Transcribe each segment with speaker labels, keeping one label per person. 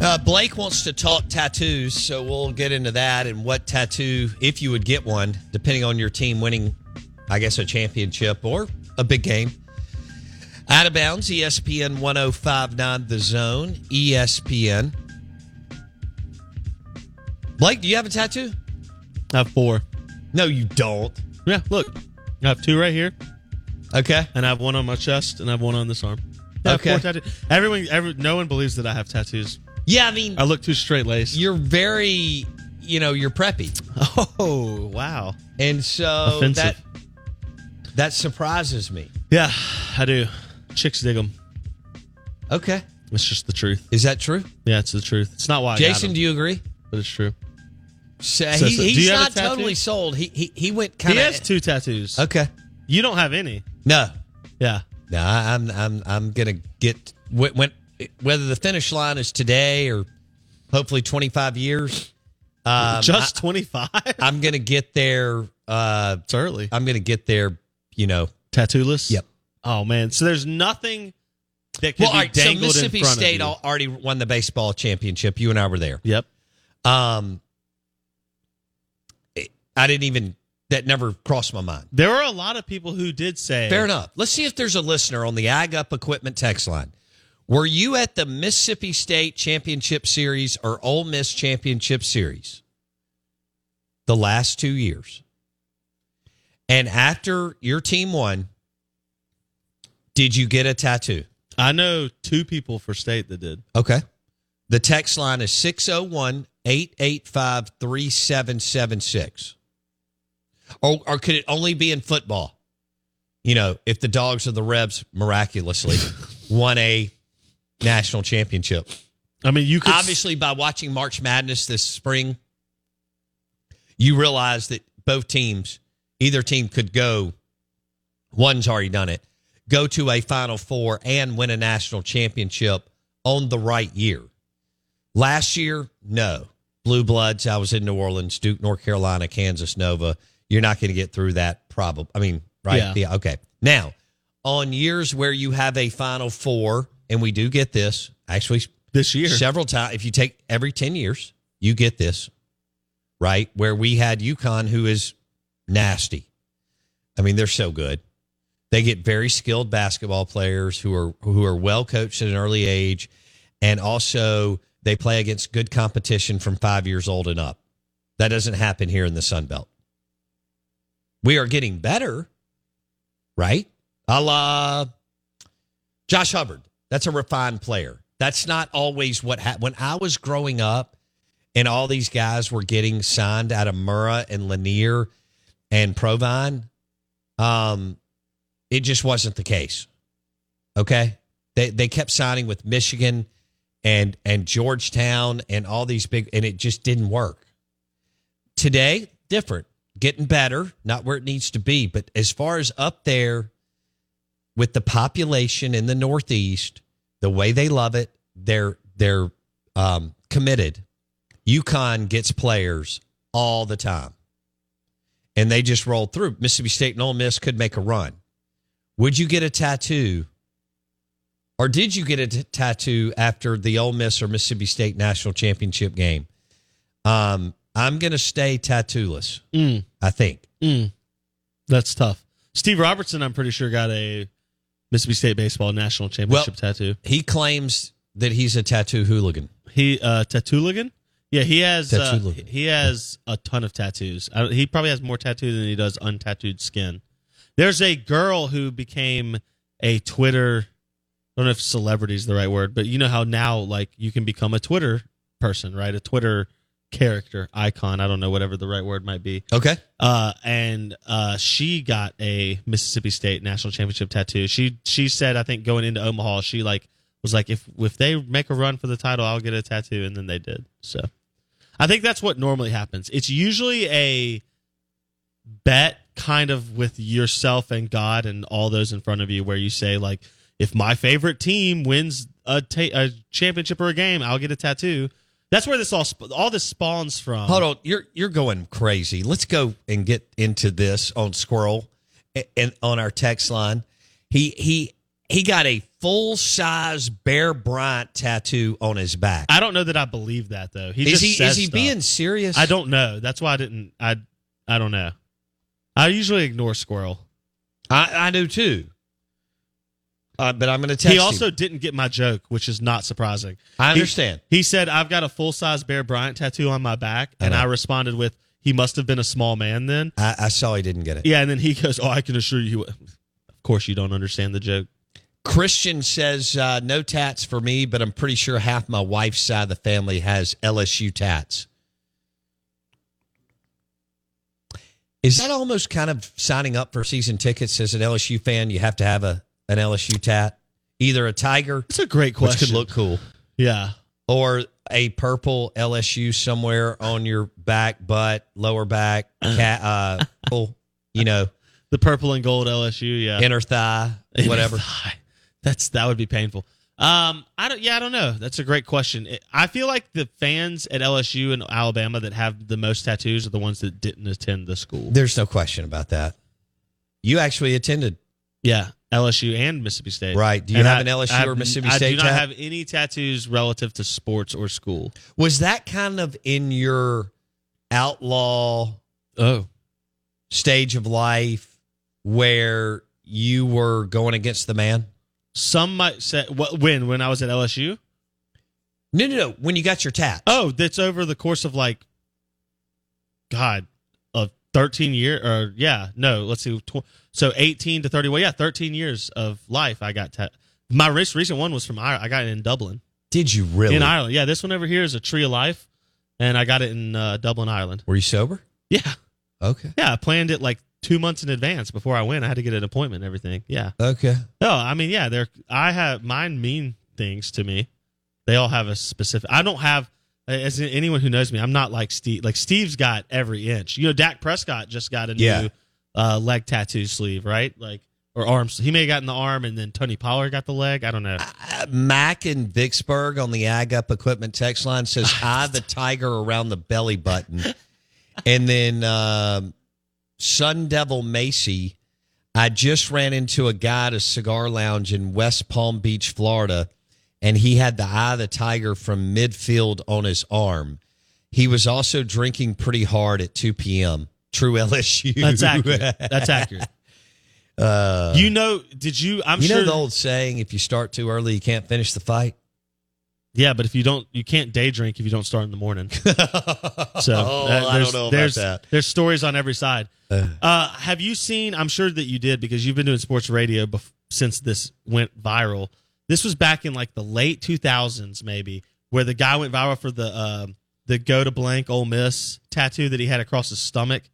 Speaker 1: Uh, Blake wants to talk tattoos, so we'll get into that and what tattoo, if you would get one, depending on your team winning, I guess, a championship or a big game. Out of bounds, E ESPN 1059 The Zone, E ESPN. Blake, do you have a tattoo?
Speaker 2: I have four.
Speaker 1: No, you don't.
Speaker 2: Yeah, look, I have two right here.
Speaker 1: Okay.
Speaker 2: And I have one on my chest and I have one on this arm. I have
Speaker 1: Okay.
Speaker 2: four tattoos. Everyone, every, no one believes that I have tattoos.
Speaker 1: Yeah, I mean,
Speaker 2: I look too straight laced.
Speaker 1: you're very, you know, you're preppy.
Speaker 2: Oh wow!
Speaker 1: And so
Speaker 2: Offensive.
Speaker 1: that that surprises me.
Speaker 2: Yeah, I do. Chicks dig them.
Speaker 1: Okay.
Speaker 2: It's just the truth.
Speaker 1: Is that true?
Speaker 2: Yeah, it's the truth. It's not why I got
Speaker 1: Jason,
Speaker 2: 'em,
Speaker 1: do you agree?
Speaker 2: but it's true.
Speaker 1: So
Speaker 2: So-
Speaker 1: he,
Speaker 2: so- do
Speaker 1: he's
Speaker 2: you have a
Speaker 1: not
Speaker 2: tattoo?
Speaker 1: totally sold. He he, he went
Speaker 2: He
Speaker 1: kind
Speaker 2: has
Speaker 1: of
Speaker 2: two tattoos.
Speaker 1: Okay.
Speaker 2: You don't have any.
Speaker 1: No.
Speaker 2: Yeah.
Speaker 1: No, I- I'm I'm I'm gonna get wh- when whether the finish line is today or hopefully 25 years. Um,
Speaker 2: just twenty five.
Speaker 1: I, am gonna get there. Uh,
Speaker 2: It's early.
Speaker 1: I'm gonna get there. You know.
Speaker 2: Tattooless.
Speaker 1: Yep.
Speaker 2: Oh man. So there's nothing that could
Speaker 1: Well, all
Speaker 2: be
Speaker 1: right. So
Speaker 2: dangled
Speaker 1: Mississippi
Speaker 2: in front
Speaker 1: State
Speaker 2: of you.
Speaker 1: al- already won the baseball championship. You and I were there.
Speaker 2: Yep.
Speaker 1: Um, it- I didn't even that never crossed my mind.
Speaker 2: There were a lot of people who did say
Speaker 1: Fair enough. Let's see if there's a listener on the Ag Up Equipment text line. Were you at the Mississippi State Championship Series or Ole Miss Championship Series the last two years? And after your team won, did you get a tattoo?
Speaker 2: I know two people for state that did.
Speaker 1: Okay. The text line is 601 885 3776. Or Oh, or could it only be in football? You know, if the dogs of the Rebs miraculously won a national championship.
Speaker 2: I mean, you could
Speaker 1: Obviously, by watching March Madness this spring, you realize that both teams, either team could go, one's already done it, go to a Final Four and win a national championship on the right year. Last year, no. Blue Bloods, I was in New Orleans, Duke, North Carolina, Kansas, Nova. You're not going to get through that problem. I mean, right?
Speaker 2: Yeah.
Speaker 1: yeah. Okay. Now, on years where you have a Final Four, and we do get this, actually,
Speaker 2: this year.
Speaker 1: Several times. If you take every 10 years, you get this, right? Where we had UConn, who is nasty. I mean, they're so good. They get very skilled basketball players who are who are well coached at an early age, and also they play against good competition from five years old and up. That doesn't happen here in the Sun Belt. We are getting better, right? A la Josh Hubbard. That's a refined player. That's not always what happened. When I was growing up and all these guys were getting signed out of Murrah and Lanier, and Provine, um, it just wasn't the case. Okay, they they kept signing with Michigan and and Georgetown and all these big, and it just didn't work. Today, different, getting better, not where it needs to be, but as far as up there with the population in the Northeast, the way they love it, they're they're um, committed. UConn gets players all the time, and they just roll through. Mississippi State and Ole Miss could make a run. Would you get a tattoo, or did you get a t- tattoo after the Ole Miss or Mississippi State national championship game? Um, I'm going to stay tattooless.
Speaker 2: Mm,
Speaker 1: I think.
Speaker 2: mm. That's tough. Steve Robertson, I'm pretty sure, got a Mississippi State baseball national championship tattoo.
Speaker 1: He claims that he's a tattoo hooligan.
Speaker 2: He uh Tatuligan? Yeah, he has uh,
Speaker 1: Tatuligan.
Speaker 2: he has a ton of tattoos. I, he probably has more tattoos than he does untattooed skin. There's a girl who became a Twitter I don't know if celebrity is the right word, but you know how now like you can become a Twitter person, right? A Twitter character, icon, I don't know whatever the right word might be.
Speaker 1: Okay.
Speaker 2: Uh, and uh, she got a Mississippi State national championship tattoo. She she said, I think going into Omaha, she like was like, if if they make a run for the title, I'll get a tattoo, and then they did. So, I think that's what normally happens. It's usually a bet kind of with yourself and God and all those in front of you, where you say like, if my favorite team wins a ta- a championship or a game, I'll get a tattoo. That's where this all sp- all this spawns from.
Speaker 1: Hold on, you're you're going crazy. Let's go and get into this on Squirrel a- and on our text line. He he he got a full size Bear Bryant tattoo on his back.
Speaker 2: I don't know that I believe that though. He
Speaker 1: is
Speaker 2: just
Speaker 1: he
Speaker 2: says
Speaker 1: is he
Speaker 2: stuff.
Speaker 1: being serious?
Speaker 2: I don't know. That's why I didn't. I I don't know. I usually ignore Squirrel.
Speaker 1: I, I do too. Uh, but I'm going to text
Speaker 2: he
Speaker 1: him.
Speaker 2: also didn't get my joke, which is not surprising.
Speaker 1: I
Speaker 2: He-
Speaker 1: understand.
Speaker 2: He, said, "I've got a full size Bear Bryant tattoo on my back,"
Speaker 1: I
Speaker 2: and
Speaker 1: know.
Speaker 2: I responded with, "He must have been a small man then."
Speaker 1: I, I saw he didn't get it.
Speaker 2: Yeah, and then he goes, "Oh, I can assure you." Of course, you don't understand the joke.
Speaker 1: Christian says uh, no tats for me, but I'm pretty sure half my wife's side of the family has LSU tats. Is that almost kind of signing up for season tickets as an LSU fan? You have to have a an LSU tat, either a tiger,
Speaker 2: It's a great
Speaker 1: which
Speaker 2: question.
Speaker 1: could look cool,
Speaker 2: yeah.
Speaker 1: or a purple LSU somewhere on your back, butt, lower back, cat, uh, cool, you know,
Speaker 2: The purple and gold LSU, yeah,
Speaker 1: inner thigh, whatever.
Speaker 2: That's that would be painful. Um, I don't. Yeah, I don't know. That's a great question. It- I feel like the fans at LSU and Alabama that have the most tattoos are the ones that didn't attend the school.
Speaker 1: There's no question about that. You actually attended
Speaker 2: yeah, LSU and Mississippi State.
Speaker 1: Right. Do you
Speaker 2: And
Speaker 1: have
Speaker 2: I-
Speaker 1: an LSU
Speaker 2: I
Speaker 1: or
Speaker 2: have-
Speaker 1: Mississippi
Speaker 2: I
Speaker 1: State
Speaker 2: do not
Speaker 1: tat?
Speaker 2: have any tattoos relative to sports or school.
Speaker 1: Was that kind of in your outlaw
Speaker 2: Oh,
Speaker 1: stage of life where you were going against the man?
Speaker 2: some might say what, when when I was at LSU.
Speaker 1: No, no, no. When you got your tat.
Speaker 2: Oh, that's over the course of like, God, of thirteen year or yeah, no, let's see, tw- so eighteen to thirty. Well, yeah, thirteen years of life. I got ta- my most recent one was from Ireland. I got it in Dublin,
Speaker 1: Did you really?
Speaker 2: in Ireland. Yeah, this one over here is a tree of life, and I got it in uh, Dublin, Ireland.
Speaker 1: were you sober?
Speaker 2: Yeah,
Speaker 1: Okay.
Speaker 2: yeah, I planned it like two months in advance before I went. I had to get an appointment and everything. Yeah.
Speaker 1: Okay.
Speaker 2: No, I mean, yeah, they're I have mine mean things to me. They all have a specific. I don't have as anyone who knows me. I'm not like Steve. Like Steve's got every inch. You know, Dak Prescott just got a new
Speaker 1: Yeah.
Speaker 2: uh, leg tattoo sleeve, right? Like or arms. He may have gotten the arm, and then Tony Pollard got the leg. I don't know.
Speaker 1: Uh, Mac in Vicksburg on the Ag Up Equipment text line says, I the tiger around the belly button. And then um, Sun Devil Macy, I just ran into a guy at a cigar lounge in West Palm Beach, Florida, and he had the eye of the tiger from midfield on his arm. He was also drinking pretty hard at 2 p.m. True LSU.
Speaker 2: That's accurate. That's accurate.
Speaker 1: Uh,
Speaker 2: You know? Did you? I'm
Speaker 1: you
Speaker 2: sure.
Speaker 1: know the old saying, if you start too early, you can't finish the fight?
Speaker 2: yeah, but if you don't, you can't day drink if you don't start in the morning. So
Speaker 1: oh,
Speaker 2: uh,
Speaker 1: I don't know about
Speaker 2: there's,
Speaker 1: that.
Speaker 2: There's stories on every side.
Speaker 1: Uh.
Speaker 2: Uh, have you seen? I'm sure that you did because you've been doing sports radio bef- since this went viral. This was back in like the late 2000s, maybe, where the guy went viral for the um the go to blank Ole Miss tattoo that he had across his stomach.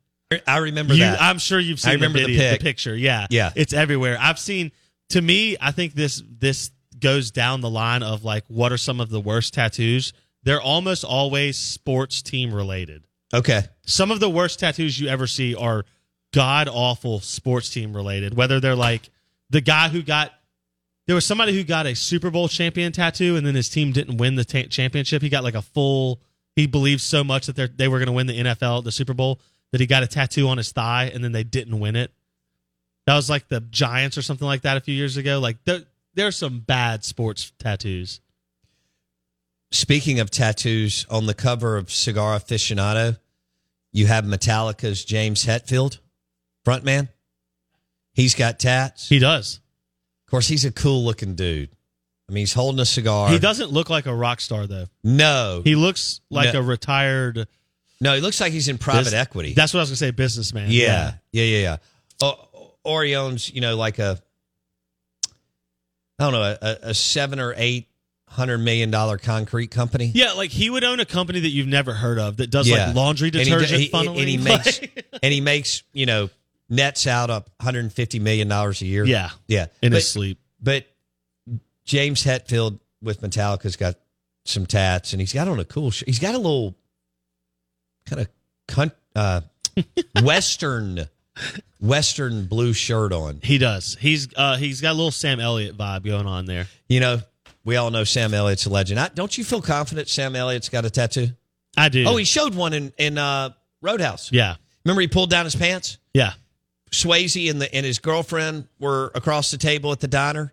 Speaker 1: I remember
Speaker 2: You-
Speaker 1: that.
Speaker 2: I'm sure you've seen
Speaker 1: I remember the
Speaker 2: the, video, the,
Speaker 1: pic.
Speaker 2: picture. Yeah,
Speaker 1: Yeah.
Speaker 2: it's everywhere. I've seen. To me, I think this this goes down the line of like what are some of the worst tattoos? They're almost always sports team related.
Speaker 1: okay.
Speaker 2: Some of the worst tattoos you ever see are god awful sports team related. Whether they're like the guy who got there was somebody who got a Super Bowl champion tattoo and then his team didn't win the ta- championship. He got like a full. He believed so much that they're- they were going to win the NFL, the Super Bowl, that he got a tattoo on his thigh and then they didn't win it. That was like the Giants or something like that a few years ago. Like there, there's some bad sports tattoos.
Speaker 1: Speaking of tattoos, on the cover of Cigar Aficionado, you have Metallica's James Hetfield, frontman. He's got tats.
Speaker 2: He does.
Speaker 1: of course, he's a cool looking dude. I mean, he's holding a cigar.
Speaker 2: He doesn't look like a rock star though.
Speaker 1: No,
Speaker 2: He looks like
Speaker 1: No.
Speaker 2: a retired.
Speaker 1: no, he looks like he's in private
Speaker 2: Bus-
Speaker 1: equity.
Speaker 2: That's what I was gonna say. Businessman.
Speaker 1: Yeah, yeah, yeah, yeah. O- or he owns, you know, like a, I don't know, a- a, a seven or eight hundred million dollar concrete company.
Speaker 2: Yeah, like he would own a company that you've never heard of that does
Speaker 1: Yeah.
Speaker 2: like laundry
Speaker 1: And he d-
Speaker 2: detergent
Speaker 1: he-
Speaker 2: funneling.
Speaker 1: and he makes-
Speaker 2: Like-
Speaker 1: and he makes you know nets out up 150 million dollars a year.
Speaker 2: yeah,
Speaker 1: yeah.
Speaker 2: in
Speaker 1: but,
Speaker 2: his sleep.
Speaker 1: but James Hetfield with Metallica's got some tats, and he's got on a cool. Sh- he's got a little kind of cunt, uh, western western blue shirt on.
Speaker 2: He does. He's uh he's got a little Sam Elliott vibe going on there.
Speaker 1: You know, we all know Sam Elliott's a legend. I, don't you feel confident Sam Elliott's got a tattoo?
Speaker 2: I do.
Speaker 1: Oh, he showed one in in uh, Roadhouse.
Speaker 2: yeah
Speaker 1: Remember, he pulled down his pants.
Speaker 2: yeah.
Speaker 1: Swayze and the and his girlfriend were across the table at the diner.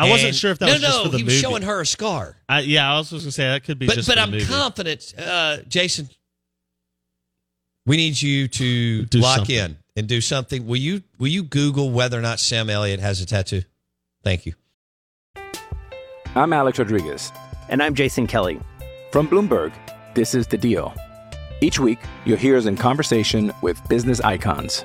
Speaker 2: I wasn't
Speaker 1: And-
Speaker 2: sure if that
Speaker 1: no,
Speaker 2: was
Speaker 1: no.
Speaker 2: just for the
Speaker 1: he
Speaker 2: movie.
Speaker 1: was showing her a scar,
Speaker 2: I, yeah, I was just gonna say that could be
Speaker 1: but
Speaker 2: just.
Speaker 1: but
Speaker 2: for the
Speaker 1: I'm
Speaker 2: movie.
Speaker 1: confident, uh, Jason. We need you to
Speaker 2: Do
Speaker 1: lock
Speaker 2: something.
Speaker 1: in and do something. Will you will you Google whether or not Sam Elliott has a tattoo? Thank you.
Speaker 3: I'm Alex Rodriguez.
Speaker 4: And I'm Jason Kelly.
Speaker 3: From Bloomberg, this is The Deal. Each week, you'll hear us in conversation with business icons.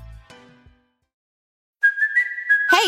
Speaker 5: Hey,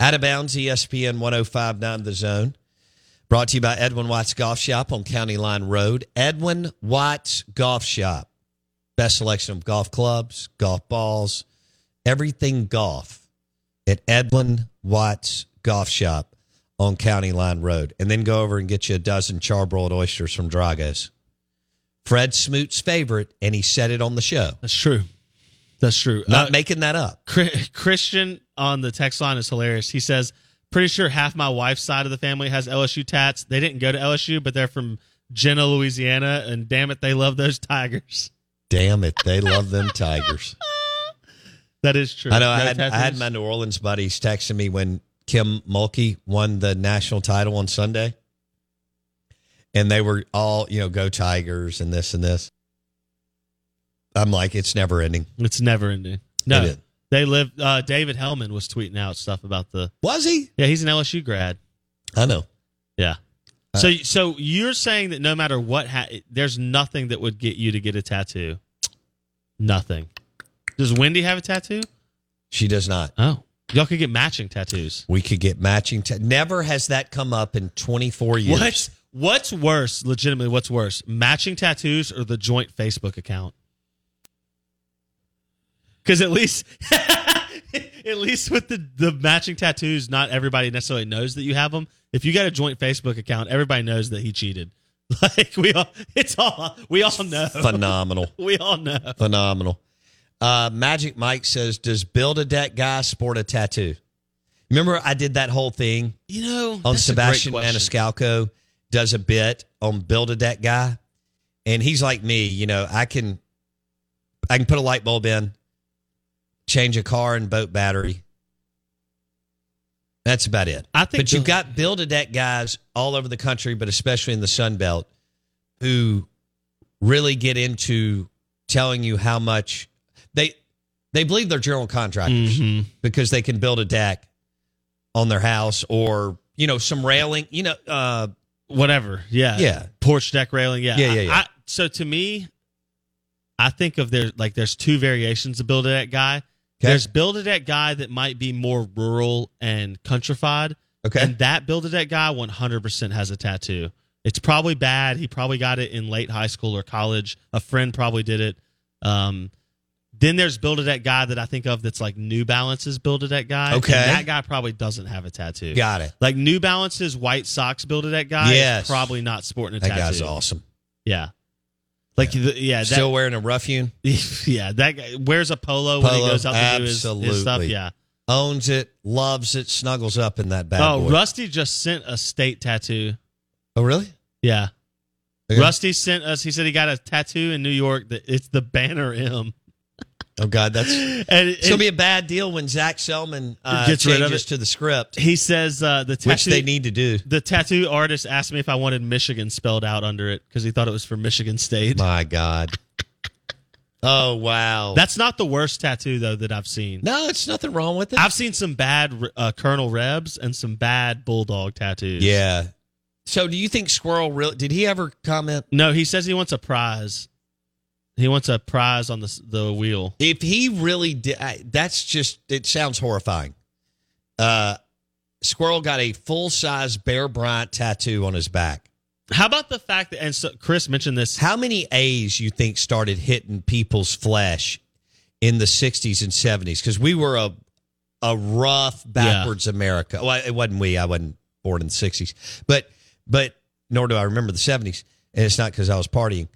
Speaker 1: Out of bounds, E ESPN 1059 The Zone. Brought to you by Edwin Watts Golf Shop on County Line Road. Edwin Watts Golf Shop. Best selection of golf clubs, golf balls, everything golf at Edwin Watts Golf Shop on County Line Road. And then go over and get you a dozen charbroiled oysters from Drago's. Fred Smoot's favorite, and he said it on the show.
Speaker 2: That's true. That's true.
Speaker 1: Not
Speaker 2: Uh,
Speaker 1: making that up.
Speaker 2: Chri- Christian on the text line is hilarious. He says, "Pretty sure half my wife's side of the family has LSU tats. They didn't go to LSU, but they're from Jenna, Louisiana, and damn it, they love those Tigers."
Speaker 1: Damn it. They love them Tigers.
Speaker 2: That is true.
Speaker 1: I know. I
Speaker 2: No
Speaker 1: had, I had
Speaker 2: tattoos?
Speaker 1: my New Orleans buddies texting me when Kim Mulkey won the national title on Sunday. And they were all, you know, go Tigers and this and this. I'm like, it's never ending.
Speaker 2: It's never ending.
Speaker 1: It
Speaker 2: No,
Speaker 1: is.
Speaker 2: they live. Uh, David Hellman was tweeting out stuff about the.
Speaker 1: Was he?
Speaker 2: Yeah, he's an LSU grad.
Speaker 1: I know.
Speaker 2: Yeah. so, so you're saying that no matter what, ha- there's nothing that would get you to get a tattoo. Nothing. Does Wendy have a tattoo?
Speaker 1: She does not.
Speaker 2: Oh, y'all could get matching tattoos.
Speaker 1: We could get matching. ta- Never has that come up in 24 years.
Speaker 2: What's What's worse? Legitimately, what's worse? Matching tattoos or the joint Facebook account? Because at least, at least with the, the matching tattoos, not everybody necessarily knows that you have them. If you got a joint Facebook account, everybody knows that he cheated. Like we all, it's all we all know.
Speaker 1: Phenomenal.
Speaker 2: we all know.
Speaker 1: Phenomenal. Uh, Magic Mike says, "Does build a deck guy sport a tattoo?" Remember, I did that whole thing.
Speaker 2: You know,
Speaker 1: on
Speaker 2: that's a great
Speaker 1: Sebastian
Speaker 2: question.
Speaker 1: Maniscalco does a bit on build a deck guy, and he's like me. You know, I can, I can put a light bulb in, change a car and boat battery. That's about it.
Speaker 2: I think
Speaker 1: but
Speaker 2: the-
Speaker 1: you've got build a deck guys all over the country, but especially in the Sun Belt, who really get into telling you how much they they believe they're general contractors
Speaker 2: Mm-hmm.
Speaker 1: because they can build a deck on their house or you know some railing, you know, uh,
Speaker 2: whatever. Yeah.
Speaker 1: yeah,
Speaker 2: Porch deck railing. Yeah.
Speaker 1: Yeah, yeah, yeah.
Speaker 2: I, I, so to me, I think of there like there's two variations of build a deck guy.
Speaker 1: Okay.
Speaker 2: There's build a deck guy that might be more rural and countrified.
Speaker 1: Okay.
Speaker 2: And that build a deck guy 100% has a tattoo. It's probably bad. He probably got it in late high school or college. A friend probably did it. Um, then there's build a deck guy that I think of that's like New Balance's build a deck guy. and
Speaker 1: Okay.
Speaker 2: that guy probably doesn't have a tattoo.
Speaker 1: Got it.
Speaker 2: Like New Balance's White Sox build a deck guy
Speaker 1: Yes.
Speaker 2: is probably not sporting a
Speaker 1: that
Speaker 2: tattoo.
Speaker 1: guy's awesome.
Speaker 2: Yeah. Like the, yeah, that,
Speaker 1: Still wearing a ruffian,
Speaker 2: yeah, that guy wears a polo, when he
Speaker 1: Polo,
Speaker 2: goes out to do his, his stuff.
Speaker 1: absolutely.
Speaker 2: Yeah.
Speaker 1: owns it, loves it, snuggles up in that bad
Speaker 2: oh,
Speaker 1: boy.
Speaker 2: Rusty just sent a state tattoo.
Speaker 1: oh, really?
Speaker 2: Yeah.
Speaker 1: Okay.
Speaker 2: Rusty sent us. He said he got a tattoo in New York that it's the banner M.
Speaker 1: Oh God, that's
Speaker 2: And,
Speaker 1: it's gonna
Speaker 2: and
Speaker 1: be a bad deal when Zach Selman uh,
Speaker 2: Gets rid
Speaker 1: changes
Speaker 2: of it.
Speaker 1: to the script,
Speaker 2: he says uh, the tattoo
Speaker 1: which they need to do.
Speaker 2: the tattoo artist asked me if I wanted Michigan spelled out under it because he thought it was for Michigan State.
Speaker 1: My God. Oh wow.
Speaker 2: That's not the worst tattoo though that I've seen.
Speaker 1: no, it's nothing wrong with it.
Speaker 2: I've seen some bad uh, Colonel Rebs and some bad Bulldog tattoos.
Speaker 1: yeah. So do you think Squirrel really did he ever comment?
Speaker 2: No, he says he wants a prize. He wants a prize on the s- the wheel.
Speaker 1: If he really did I, that's just it sounds horrifying. Uh Squirrel got a full size Bear Bryant tattoo on his back.
Speaker 2: How about the fact that and so Chris mentioned this?
Speaker 1: How many A's you think started hitting people's flesh in the sixties and seventies? Because we were a a rough backwards America. Well, it wasn't we. I wasn't born in the sixties, but but nor do I remember the seventies. And it's not because I was partying.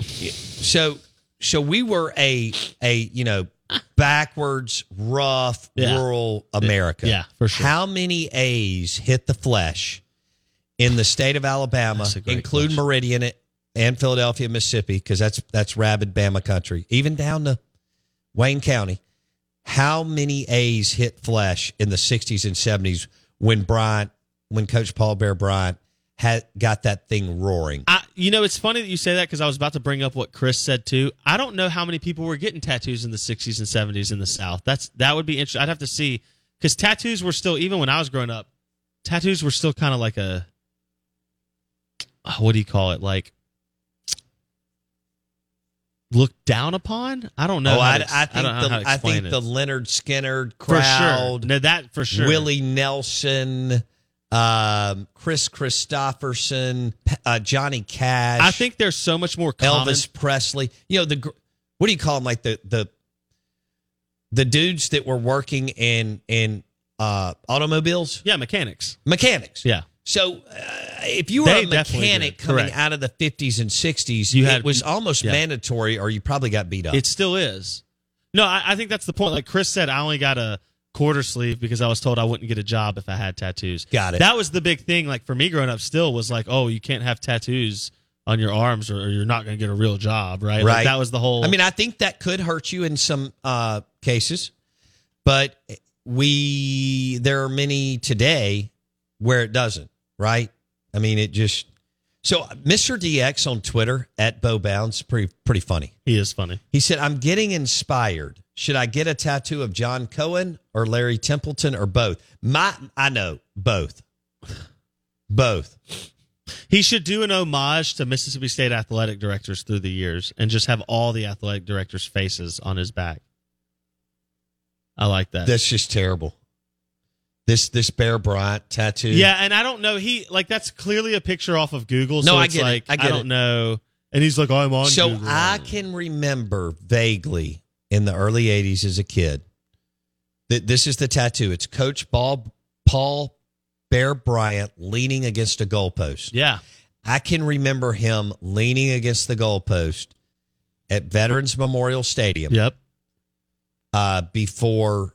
Speaker 1: So so we were a a you know backwards rough
Speaker 2: Yeah.
Speaker 1: rural America.
Speaker 2: Yeah, for sure.
Speaker 1: How many A's hit the flesh in the state of Alabama,
Speaker 2: That's a great
Speaker 1: include
Speaker 2: question.
Speaker 1: Meridian and Philadelphia, Mississippi, because that's that's rabid Bama country, even down to Wayne County. How many A's hit flesh in the '60s and '70s when Bryant, when Coach Paul Bear Bryant had got that thing roaring?
Speaker 2: I, you know, it's funny that you say that because I was about to bring up what Chris said too. I don't know how many people were getting tattoos in the '60s and '70s in the South. That's that would be interesting. I'd have to see because tattoos were still even when I was growing up, tattoos were still kind of like a ah, what do you call it? Like looked down upon. I don't know.
Speaker 1: oh,
Speaker 2: how
Speaker 1: I,
Speaker 2: to ex-
Speaker 1: I think
Speaker 2: don't know
Speaker 1: the
Speaker 2: how to
Speaker 1: I
Speaker 2: explain
Speaker 1: think
Speaker 2: it.
Speaker 1: the Leonard Skinner
Speaker 2: for
Speaker 1: crowd,
Speaker 2: sure. No, that for sure.
Speaker 1: Willie Nelson, um, Chris Christopherson, uh, Johnny Cash.
Speaker 2: I think there's so much more common.
Speaker 1: Elvis Presley. You know the gr- what do you call them? Like the the the dudes that were working in in uh, automobiles,
Speaker 2: Yeah, mechanics.
Speaker 1: mechanics.
Speaker 2: Yeah.
Speaker 1: So uh, if you were
Speaker 2: They
Speaker 1: a
Speaker 2: definitely
Speaker 1: mechanic
Speaker 2: did.
Speaker 1: coming
Speaker 2: Correct.
Speaker 1: out of the fifties and sixties,
Speaker 2: You
Speaker 1: it
Speaker 2: had-
Speaker 1: was almost
Speaker 2: yeah.
Speaker 1: mandatory, or you probably got beat up.
Speaker 2: It still is. No, I, I think that's the point. Like Chris said, I only got a quarter sleeve because I was told I wouldn't get a job if I had tattoos.
Speaker 1: Got it.
Speaker 2: That was the big thing. Like for me growing up, still was like, oh, you can't have tattoos on your arms or, or you're not going to get a real job, right? Like,
Speaker 1: Right.
Speaker 2: that was the whole.
Speaker 1: I mean, I think that could hurt you in some uh, cases, but we there are many today where it doesn't. Right? I mean, it just so uh, Mr. DX on Twitter at Bo Bounds pretty pretty funny.
Speaker 2: he is funny.
Speaker 1: He said, "I'm getting inspired. Should I get a tattoo of John Cohen or Larry Templeton or both? My I know both, both.
Speaker 2: He should do an homage to Mississippi State athletic directors through the years and just have all the athletic directors' faces on his back. I like that.
Speaker 1: That's just terrible. This this Bear Bryant tattoo.
Speaker 2: Yeah, and I don't know. He like that's clearly a picture off of Google. So
Speaker 1: No, I
Speaker 2: it's
Speaker 1: get it.
Speaker 2: like
Speaker 1: I get
Speaker 2: don't
Speaker 1: it.
Speaker 2: know. And he's like, I'm on.
Speaker 1: So
Speaker 2: Google.
Speaker 1: I can remember vaguely in the early 80s as a kid. Th- This is the tattoo. It's Coach Paul, Paul Bear Bryant leaning against a goalpost.
Speaker 2: Yeah.
Speaker 1: I can remember him leaning against the goalpost at Veterans Memorial Stadium.
Speaker 2: Yep.
Speaker 1: Uh, before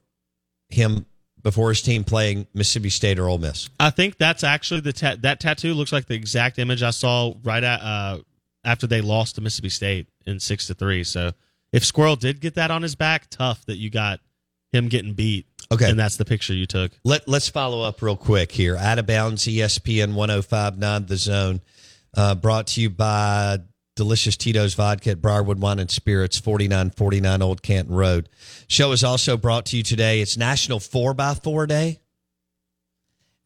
Speaker 1: him, before his team playing Mississippi State or Ole Miss.
Speaker 2: I think that's actually the ta- that tattoo looks like the exact image I saw right at uh, after they lost to Mississippi State in six to three. So if Squirrel did get that on his back, tough that you got him getting beat.
Speaker 1: Okay.
Speaker 2: and that's the picture you took.
Speaker 1: Let, let's follow up real quick here. Out of bounds, E ESPN 1059 The Zone, uh, brought to you by Delicious Tito's Vodka at Briarwood Wine and Spirits, 4949 Old Canton Road. Show is also brought to you today. It's National 4x4 Day.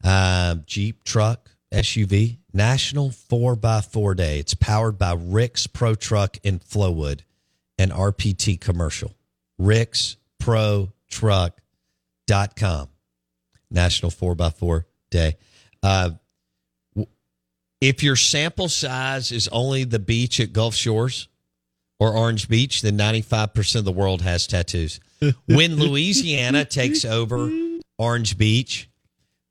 Speaker 1: Uh, Jeep, truck, SUV. National 4x4 Day. It's powered by Rick's Pro Truck in Flowwood, an RPT commercial. Rick's Pro Truck dot com national 4x4 day uh, w- if your sample size is only the beach at gulf shores or orange beach then 95% of the world has tattoos when louisiana takes over orange beach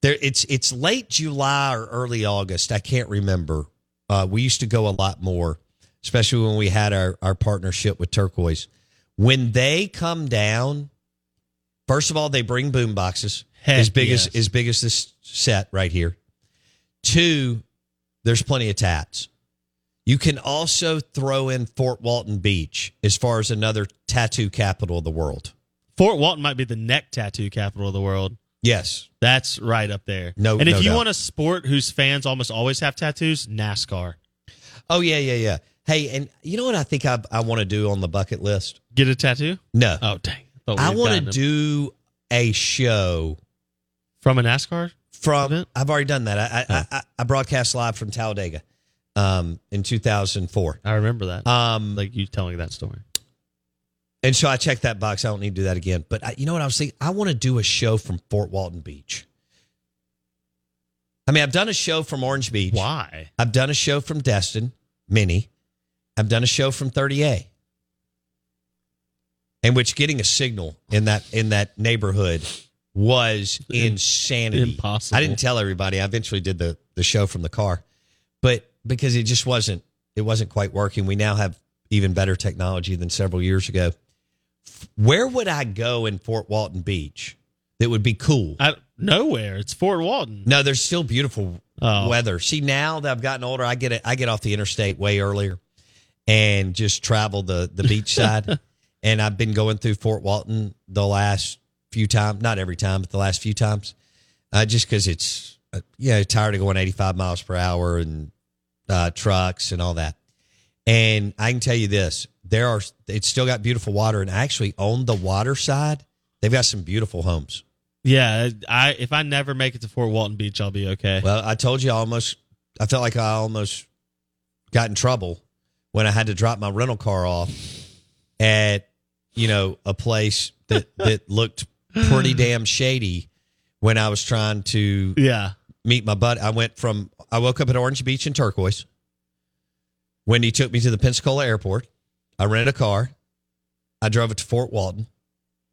Speaker 1: there it's it's late july or early august i can't remember uh, we used to go a lot more especially when we had our, our partnership with turquoise when they come down First of all, they bring boom boxes
Speaker 2: Heck
Speaker 1: as big
Speaker 2: yes.
Speaker 1: as as big as this set right here. Two, there's plenty of tats. You can also throw in Fort Walton Beach as far as another tattoo capital of the world.
Speaker 2: Fort Walton might be the neck tattoo capital of the world.
Speaker 1: Yes,
Speaker 2: That's right up there.
Speaker 1: No,
Speaker 2: and if
Speaker 1: no
Speaker 2: you
Speaker 1: doubt.
Speaker 2: want a sport whose fans almost always have tattoos, NASCAR.
Speaker 1: Oh yeah, yeah, yeah. Hey, and you know what I think I I want to do on the bucket list?
Speaker 2: Get a tattoo?
Speaker 1: No,
Speaker 2: Oh dang! thought
Speaker 1: I
Speaker 2: we'd
Speaker 1: want to
Speaker 2: gotten him.
Speaker 1: do a show
Speaker 2: from a NASCAR.
Speaker 1: from I've already done that. I I, I I broadcast live from Talladega um, in 2004.
Speaker 2: I remember that.
Speaker 1: Um,
Speaker 2: like you telling that story.
Speaker 1: And so I checked that box. I don't need to do that again. But I, you know what I was thinking? I want to do a show from Fort Walton Beach. I mean, I've done a show from Orange Beach.
Speaker 2: Why?
Speaker 1: I've done a show from Destin, many. I've done a show from 30A. In which getting a signal in that in that neighborhood was insanity.
Speaker 2: impossible.
Speaker 1: I didn't tell everybody. I eventually did the the show from the car. But because it just wasn't it wasn't quite working. We now have even better technology than several years ago. Where would I go in Fort Walton Beach that would be cool?
Speaker 2: I, nowhere. It's Fort Walton.
Speaker 1: No, there's still beautiful
Speaker 2: Oh.
Speaker 1: weather. See, now that I've gotten older, I get it. I get off the interstate way earlier, and just travel the the beach side. and I've been going through Fort Walton the last few times, not every time, but the last few times, uh, just because it's uh, you know tired of going 85 miles per hour and uh, trucks and all that. And I can tell you this: there are it's still got beautiful water, and actually on the water side, they've got some beautiful homes.
Speaker 2: Yeah, I if I never make it to Fort Walton Beach, I'll be okay.
Speaker 1: Well, I told you I almost I felt like I almost got in trouble when I had to drop my rental car off at you know a place that that looked pretty damn shady when I was trying to
Speaker 2: yeah,
Speaker 1: meet my buddy. I went from I woke up at Orange Beach in turquoise. Wendy took me to the Pensacola airport. I rented a car. I drove it to Fort Walton.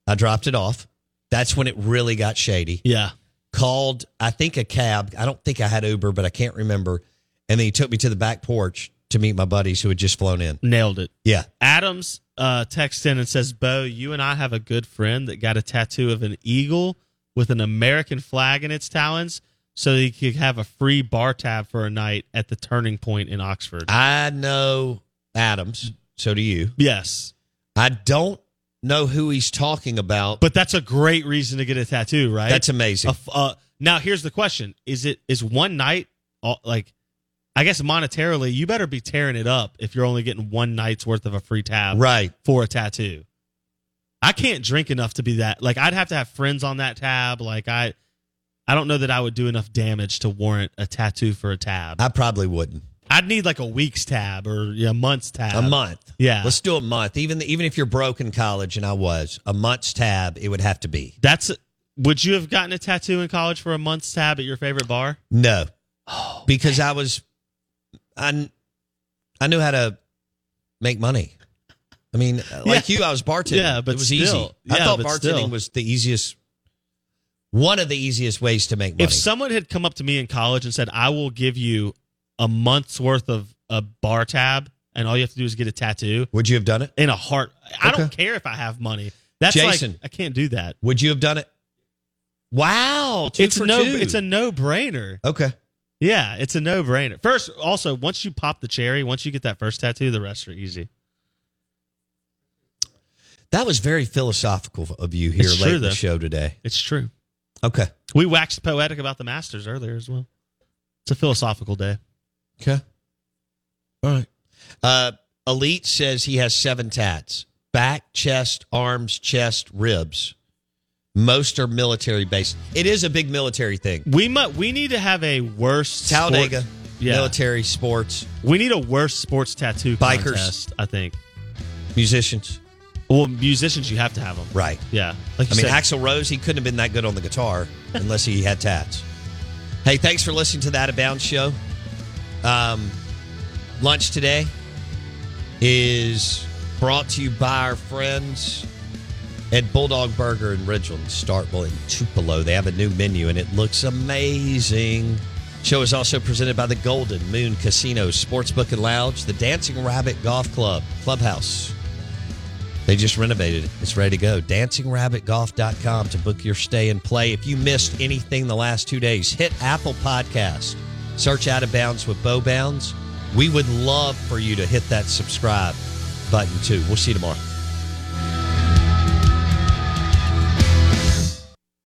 Speaker 1: I dropped it off. That's when it really got shady
Speaker 2: yeah.
Speaker 1: called I think a cab. I don't think I had Uber, but I can't remember. And then he took me to the back porch to meet my buddies who had just flown in.
Speaker 2: Nailed it.
Speaker 1: Yeah.
Speaker 2: Adams uh, texts in and says, "Bo, you and I have a good friend that got a tattoo of an eagle with an American flag in its talons, so he could have a free bar tab for a night at the Turning Point in Oxford."
Speaker 1: I know Adams. So do you.
Speaker 2: yes,
Speaker 1: I don't know who he's talking about.
Speaker 2: but that's a great reason to get a tattoo, right?
Speaker 1: that's amazing.
Speaker 2: A f- uh, now here's the question: Is it is one night all, like? I guess monetarily, you better be tearing it up if you're only getting one night's worth of a free tab
Speaker 1: right.
Speaker 2: for a tattoo. I can't drink enough to be that. Like I'd have to have friends on that tab. Like I, I don't know that I would do enough damage to warrant a tattoo for a tab.
Speaker 1: I probably wouldn't.
Speaker 2: I'd need like a week's tab or yeah, a month's tab.
Speaker 1: A month.
Speaker 2: Yeah.
Speaker 1: Let's do a month. Even even if you're broke in college and I was, a month's tab it would have to be.
Speaker 2: That's. Would you have gotten a tattoo in college for a month's tab at your favorite bar?
Speaker 1: No.
Speaker 2: Oh,
Speaker 1: because I was I, I knew how to make money. I mean, uh, like you, I was bartending.
Speaker 2: Yeah, but
Speaker 1: it was easy.
Speaker 2: still-
Speaker 1: I
Speaker 2: yeah,
Speaker 1: thought
Speaker 2: but
Speaker 1: bartending
Speaker 2: still.
Speaker 1: was the easiest, one of the easiest ways to make money.
Speaker 2: If someone had come up to me in college and said, "I will give you a month's worth of a bar tab, and all you have to do is get a tattoo,"
Speaker 1: would you have done it
Speaker 2: in a heart? I don't care if I have money. That's
Speaker 1: Jason,
Speaker 2: like I can't do that.
Speaker 1: Would you have done it? Wow, two
Speaker 2: it's
Speaker 1: for
Speaker 2: no,
Speaker 1: two.
Speaker 2: it's a no brainer.
Speaker 1: Okay,
Speaker 2: Yeah, it's a no brainer. First, also, once you pop the cherry, once you get that first tattoo, the rest are easy.
Speaker 1: that was very philosophical of you here
Speaker 2: It's
Speaker 1: late
Speaker 2: true,
Speaker 1: in the
Speaker 2: though.
Speaker 1: show today.
Speaker 2: It's true.
Speaker 1: Okay,
Speaker 2: We waxed poetic about the Masters earlier as well. It's a philosophical day.
Speaker 1: okay, all right. Uh, Elite says he has seven tats: back, chest, arms, chest, ribs. Most are military based. It is a big military thing.
Speaker 2: We mu- we need to have a worse
Speaker 1: Talladega,
Speaker 2: sports- yeah.
Speaker 1: military sports,
Speaker 2: We need a worse sports tattoo
Speaker 1: Bikers.
Speaker 2: contest, I think.
Speaker 1: musicians.
Speaker 2: Well, musicians, you have to have them.
Speaker 1: Right.
Speaker 2: Yeah. Like you
Speaker 1: I mean,
Speaker 2: said,
Speaker 1: Axl Rose, he couldn't have been that good on the guitar unless he had tats. Hey, thanks for listening to that Out of Bounds show. Um, lunch today is brought to you by our friends at Bulldog Burger in Ridgeland, Starkville, and Tupelo. They have a new menu and it looks amazing. Show is also presented by the Golden Moon Casino Sportsbook and Lounge, the Dancing Rabbit Golf Club, Clubhouse. They just renovated it. It's ready to go. DancingRabbitGolf.com to book your stay and play. If you missed anything the last two days, hit Apple Podcast. Search Out of Bounds with Bow Bounds. We would love for you to hit that subscribe button too. We'll see you tomorrow.